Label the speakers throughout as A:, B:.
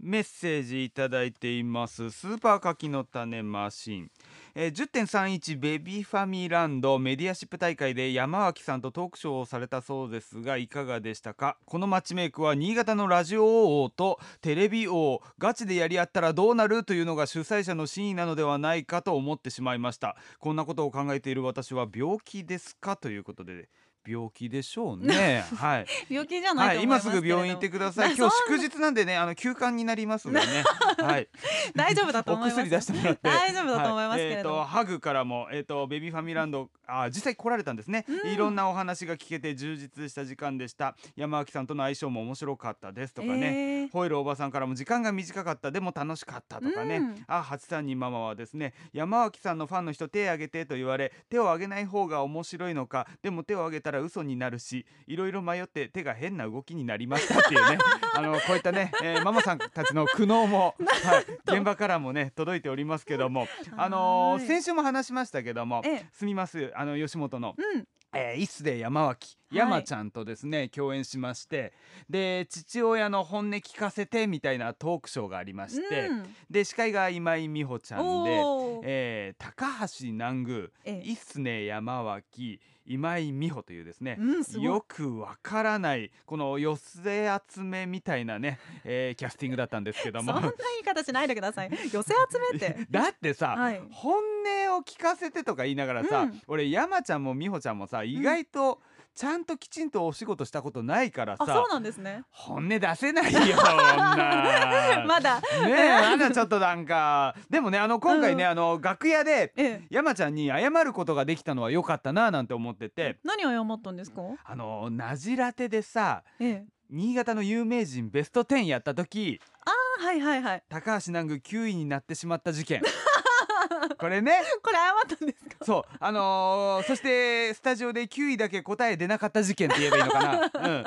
A: メッセージいただいていますスーパー柿の種マシン、えー、10.31ベビーファミランドメディアシップ大会で山脇さんとトークショーをされたそうですがいかがでしたかこのマッチメイクは新潟のラジオ王とテレビ王ガチでやり合ったらどうなるというのが主催者の真意なのではないかと思ってしまいましたこんなことを考えている私は病気ですかということで病気でしょうねはい
B: 病気じゃない
A: はい、今すぐ病院行ってくださ い。今日祝日なんでね、あの休館になりますのでね。はい。
B: 大丈夫だと思います。
A: お薬出してもらって。
B: 大丈夫だと思いますけれども。
A: はい、えっ、ー、とハグからもえっ、ー、とベビーファミランドあ実際来られたんですね、うん、いろんなお話が聞けて充実した時間でした。山脇さんとの相性も面白かったですとかね。えー、ホイールおばさんからも時間が短かったでも楽しかったとかね。うん、あ八三にママはですね山脇さんのファンの人手挙げてと言われ手を挙げない方が面白いのかでも手を挙げたら嘘になるしいろいろ迷って手が変な動きになりましたっていう ねあのこういったね、えー、ママさんたちの苦悩 も、はい、現場からもね届いておりますけどもあのー、先週も話しましたけどもすみますあの吉本の、うん、えー、イスで山脇山ちゃんとですね、はい、共演しましてで父親の本音聞かせてみたいなトークショーがありまして、うん、で司会が今井美穂ちゃんで、えー、高橋南宮、ええ、イスネ山脇今井美穂というですね、うん、よくわからないこの寄せ集めみたいなね、えー、キャスティングだったんですけども
B: そんな言い方しないでください寄せ集 めて
A: だってさ、はい、本音を聞かせてとか言いながらさ、うん、俺山ちゃんも美穂ちゃんもさ意外と、うん、ちゃんときちんとお仕事したことないからさ
B: そうなんですね
A: 本音出せない よ まねま
B: だ
A: だちょっとなんかでもねあの今回ね、うん、あの楽屋で、ええ、山ちゃんに謝ることができたのは良かったななんて思ってて
B: 何謝ったんですか
A: あのなじらてでさ、ええ、新潟の有名人ベスト10やった時
B: ああはいはいはい
A: 高橋南宮9位になってしまった事 件これね。
B: これ謝ったんですか。
A: そう、あのー、そしてスタジオで9位だけ答え出なかった事件って言えばいいのかな。うん、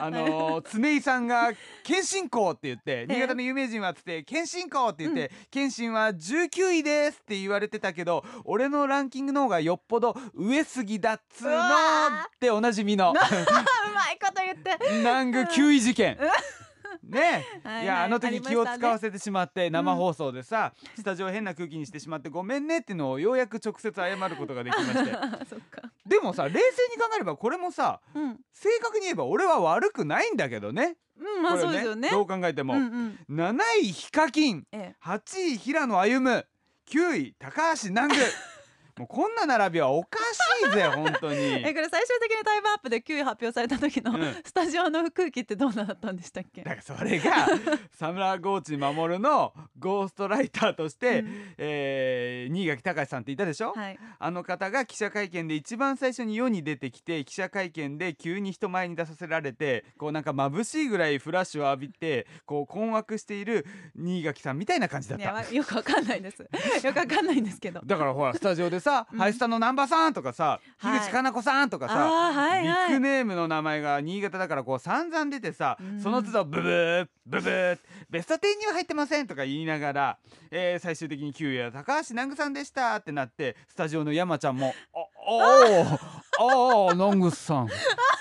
A: あのー、常井さんが謙信公って言って、新潟の有名人はつって謙信公って言って、謙信は19位ですって言われてたけど、俺のランキングの方がよっぽど上杉だっつーのーっておなじみの。うま
B: いこと言って。
A: 南宮9位事件。ね、はいはい、いやあの時気を使わせてしまって、ね、生放送でさ、うん、スタジオ変な空気にしてしまってごめんねっていうのをようやく直接謝ることができまして でもさ冷静に考えればこれもさ、うん、正確に言えば俺は悪くないんだけどね。
B: うんまあ、そうですよね、ね、
A: どう考えても、うんうん、7位ヒカキン、ええ、8位平野歩夢9位高橋南 宮もうこんな並びはおかしいぜ本当に
B: えこれ最終的にタイムアップで9位発表された時の、うん、スタジオの空気ってどうなったんでしたっけ
A: だからそれ がサムラゴーチ守のゴーストライターとして、うん、えー、新垣隆さんっていたでしょ、はい、あの方が記者会見で一番最初に世に出てきて記者会見で急に人前に出させられてこうなんか眩しいぐらいフラッシュを浴びてこう困惑している新垣さんみたいな感じだった、
B: ね、よくわかんない ですよくわかんないんですけど
A: だからほらスタジオでさ、うん、ハイスタの南波さんとかさ、樋、はい、口かな子さんとかさ、はいビッグネームの名前が新潟だからこう散々出てさ、うん、その都度ブブーブブーベスト10には入ってませんとか言いながら、えー、最終的に9位は高橋南具さんでしたってなってスタジオの山ちゃんも「おおおお南具さん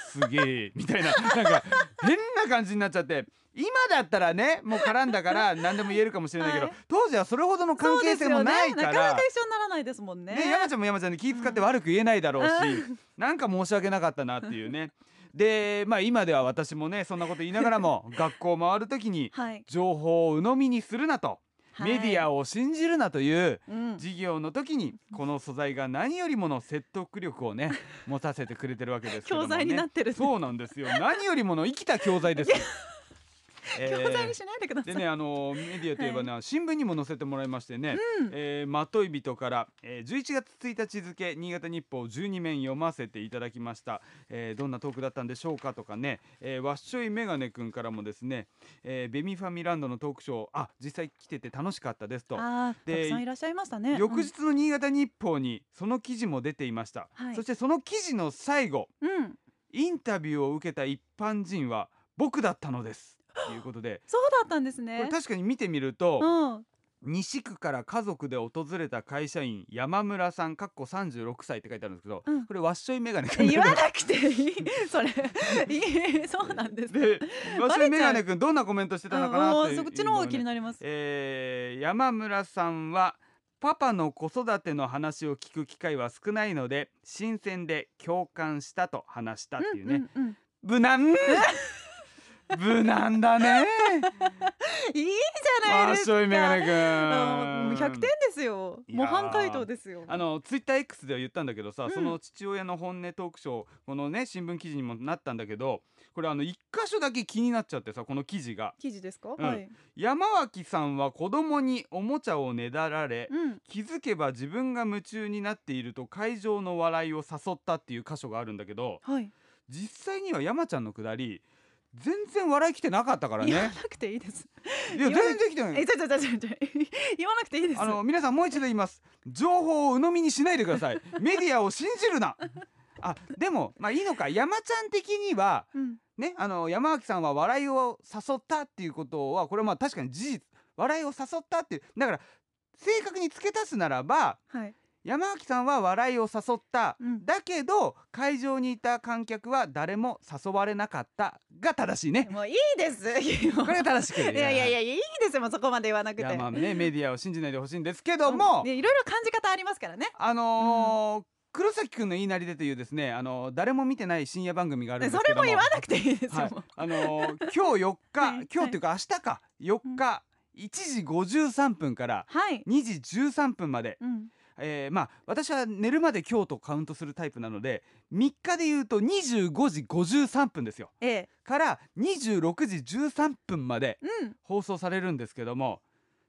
A: すげえ」みたいななんか変な感じになっちゃって。今だったらねもう絡んだから何でも言えるかもしれないけど、はい、当時はそれほどの関係性もないから、
B: ね、なかなか一緒にならないですもんね
A: ね山ちゃんも山ちゃんで気遣って悪く言えないだろうし、う ん、なんか申し訳なかったなっていうねでまあ今では私もねそんなこと言いながらも学校を回る時に情報を鵜呑みにするなと。はい、メディアを信じるなという授業の時に、この素材が何よりもの説得力を ね持たせてくれてるわけですけど、ね、
B: 教材になってる、ね、
A: そうなんですよ何よりもの生きた教材です
B: え ー、教材にしないでください。
A: でね、あのメディアといえばね、はい、新聞にも載せてもらいましてね、うん、えー、まとい人から、えー、11月1日付新潟日報12面読ませていただきました。えー、どんなトークだったんでしょうかとかね、えー、わっしょいメガネくんからもですね、えー、ベミファミランドのトークショー、あ、実際来てて楽しかったですと。
B: で、いらっしゃいましたね、うん。
A: 翌日の新潟日報にその記事も出ていました。はい、そしてその記事の最後、うん、インタビューを受けた一般人は僕だったのです。ということで
B: そうだったんですね
A: 確かに見てみると、うん、西区から家族で訪れた会社員山村さんかっこ36歳って書いてあるんですけど、
B: うん
A: これわっしょいメガネくん
B: 言わなくていいそれいいそうなんですか
A: でわっしょいメガ
B: バ
A: ネ
B: レ
A: くんどんなコメントしてたのかな
B: う
A: んっていう
B: そっちの方が気に
A: る、
B: なります
A: えー山村さんはパパの子育ての話を聞く機会は少ないので新鮮で共感したと話したっていうね、
B: うんうんうん
A: 無難 無難だね
B: いいじゃない
A: わっ
B: です
A: し
B: か
A: ょいメガネくん
B: あの100点ですよ
A: いや
B: 模
A: ー
B: 範解答ですよ
A: あのツイッター X では言ったんだけどさ、
B: うん
A: その父親の本音トークショーこのね新聞記事にもなったんだけどこれあの一箇所だけ気になっちゃってさこの記事が
B: 記事ですか、
A: うん
B: はい、
A: 山脇さんは子供におもちゃをねだられ、
B: うん、
A: 気づけば自分が夢中になっていると会場の笑いを誘ったっていう箇所があるんだけど
B: はい、
A: 実際には山ちゃんのくだり全然笑い来てなかったからね
B: 言わなくていいです
A: いや全
B: 言わな
A: 然来てない
B: えちょちょちょちょちょ言わなくていいです
A: あの皆さんもう一度言います情報を鵜呑みにしないでくださ いメディアを信じるなあでもまあいいのか山ちゃん的には
B: うん、
A: ねあの山脇さんは笑いを誘ったっていうことはこれはまあ確かに事実笑いを誘ったっていうだから正確に付け足すならば
B: はい
A: 山脇さんは笑いを誘った、
B: うん
A: だけど会場にいた観客は誰も誘われなかったが正しい ね
B: もういいですい
A: これが正しく
B: や いやいやいいですよもうそこまで言わなく
A: い
B: て
A: やまあねメディアを信じないでほしいんですけども、
B: ねいろいろ感じ方ありますからね
A: あのー黒崎くんの言いなりでというですね、あのー誰も見てない深夜番組があるんです
B: そ
A: け
B: れ
A: ども
B: も言わなくていいですよ、
A: はい
B: もう
A: あのー今日4日、
B: はい
A: 今日というか明日か4日、1時53分から
B: はい、
A: 2時13分まで、
B: うん、
A: えーまあ私は寝るまで今日とカウントするタイプなので3日で言うと25時53分ですよ
B: ええ
A: から26時13分まで
B: うん
A: 放送されるんですけども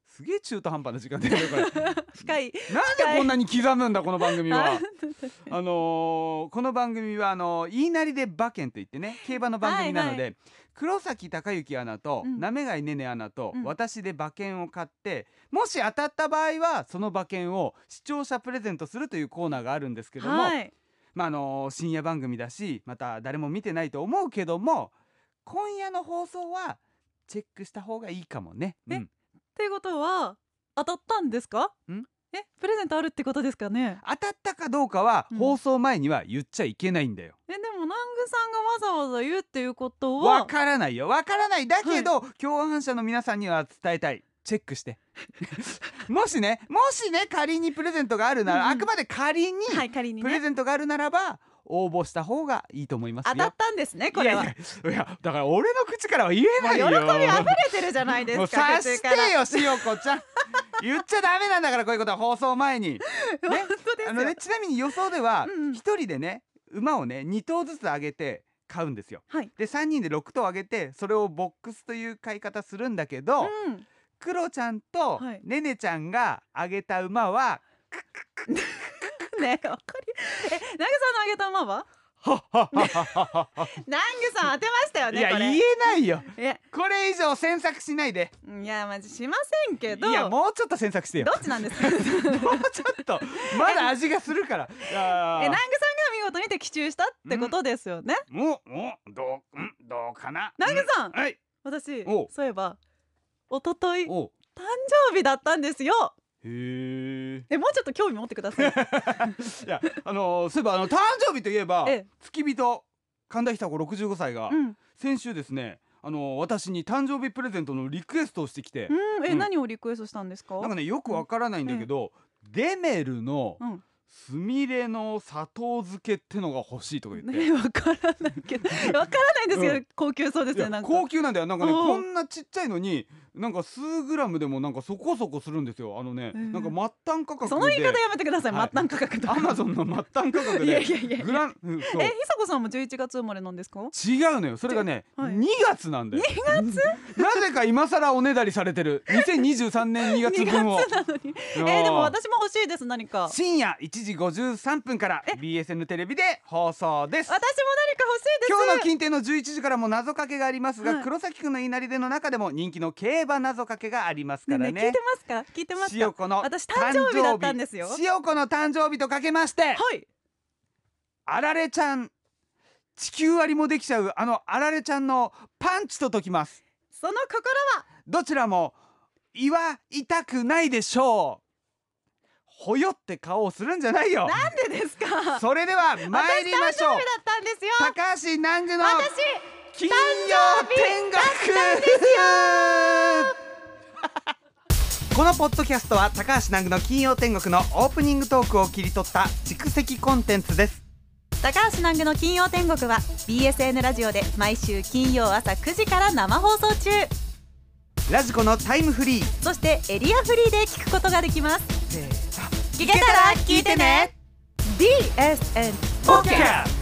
A: すげえ中途半端な時間だよねこれなん で
B: 深い
A: こんなに刻むんだこの番組は
B: あ。
A: あのーこの番組はあのー言いなりで馬券といってね競馬の番組なので、
B: はい
A: 黒崎孝之アナと、
B: うん
A: なめがいねねアナと、
B: うん
A: 私で馬券を買ってもし当たった場合はその馬券を視聴者プレゼントするというコーナーがあるんですけども、
B: はい
A: まああのー深夜番組だしまた誰も見てないと思うけども今夜の放送はチェックした方がいいかもね。
B: え
A: うん
B: ということは当たったんですか
A: ん
B: えプレゼントあるってことですかね
A: 当たったかどうかは、
B: うん
A: 放送前には言っちゃいけないんだよ。
B: えでも南宮さんがわざわざ言うっていうことは
A: わからないよわからないだけど、共犯者の皆さんには伝えたいチェックして もしねもしね仮にプレゼントがあるなら、
B: うんうん
A: あくまで仮に
B: はい仮に
A: プレ
B: ね
A: ゼントがあるならば応募した方がいいと思いますよ
B: 当たったんですねこれはい
A: やいやいやだから俺の口からは言えないよ
B: もう喜び溢れてるじゃないですか
A: もう察し
B: 口から
A: てよしよこちゃん言っちゃダメなんだからこういうことは放送前に
B: 本当です
A: あ
B: よ
A: のねちなみに予想では
B: うんうん
A: 一人でね馬をね2頭ずつ上げて買うんですよ
B: はい
A: で3人で6頭あげてそれをボックスという買い方するんだけど、
B: うん
A: クロちゃんと
B: はい
A: ねねちゃんがあげた馬は、
B: ねわかりえ南宮さんのあげた馬は
A: はっはっはっはっはっは
B: 南宮さん当てましたよ
A: い
B: ね
A: や
B: これ
A: 言えないよ
B: え
A: これ以上詮索しないで
B: いやまじしませんけど
A: いやもうちょっと詮索してよ
B: どっちなんですかえ南
A: もうちょっとまだ味がする からあ
B: 宮さん
A: ー
B: が見事に的中したってことですよね
A: もうもうどうんどうかな
B: 南宮さん
A: うんはい
B: 私
A: お
B: そういえば一昨日誕
A: おう
B: 生日だったんですよ
A: へー
B: えもうちょっと興味持ってく ださい
A: いやあのーそういえばあの誕生日といえば
B: ええ
A: 付き人神田久子65歳が、
B: うん、
A: 先週ですねあの私に誕生日プレゼントのリクエストをしてきて、
B: うん、え、
A: うん
B: 何をリクエストしたんですか
A: なんかねよくわからないんだけど、デメルの
B: うん
A: すみれの砂糖漬けってのが欲しいとか言って、
B: ね、わからないけど わからないんですけど、
A: う
B: 高級そうです
A: い
B: ね
A: や
B: なんか
A: 高級なんだよなんかね
B: おう
A: こんなちっちゃいのになんか数グラムでもなんかそこそこするんですよあのね、
B: うん
A: なんか末端価格で
B: その言い方やめてください、
A: はい
B: 末端価格とか
A: アマゾンの末端価格
B: いや
A: で
B: いやいや
A: グランうんそう
B: え、ひさこさんも11月生まれなんですか
A: 違うのよそれがね、
B: はい
A: 2月なんだよ月なぜか今更おねだりされてる2023年2
B: ?2
A: 月
B: 月
A: 分を
B: なのにえ
A: いやー
B: でも私も欲しいです何か私も
A: 深夜1時53分から BSN テレビで放送です
B: 何か欲しいです
A: 今日の近天の11時からも謎かけがありますが、
B: はい
A: 黒崎くんの言いなりでの中でも人気の競馬謎かけがありますからね
B: ねえ聞いてますか聞いてます
A: 塩
B: か
A: 子の
B: 私誕生日だったんですよ
A: 誕生日塩子の誕生日とかけまして
B: はい
A: あられちゃん地球割りもできちゃうあのあられちゃんのパンチと解きます
B: その心は
A: どちらも胃は痛くないでしょうほよって顔をするんじゃないよ
B: なんでですか。私誕
A: それでは参りましょ
B: 生
A: う
B: 日だったんですよ。
A: 高橋南樹の
B: 私
A: 金曜
B: 誕生日
A: 天国 このポッドキャストは高橋南具の金曜天国のオープニングトークを切り取った蓄積コンテンツです
B: 高橋南具の金曜天国は BSN ラジオで毎週金曜朝9時から生放送中。
A: ラジコのタイムフリー
B: そしてエリアフリーで聞くことができます。
A: せーの
B: 聞けたら聞いてね。BSN
A: ポッキャス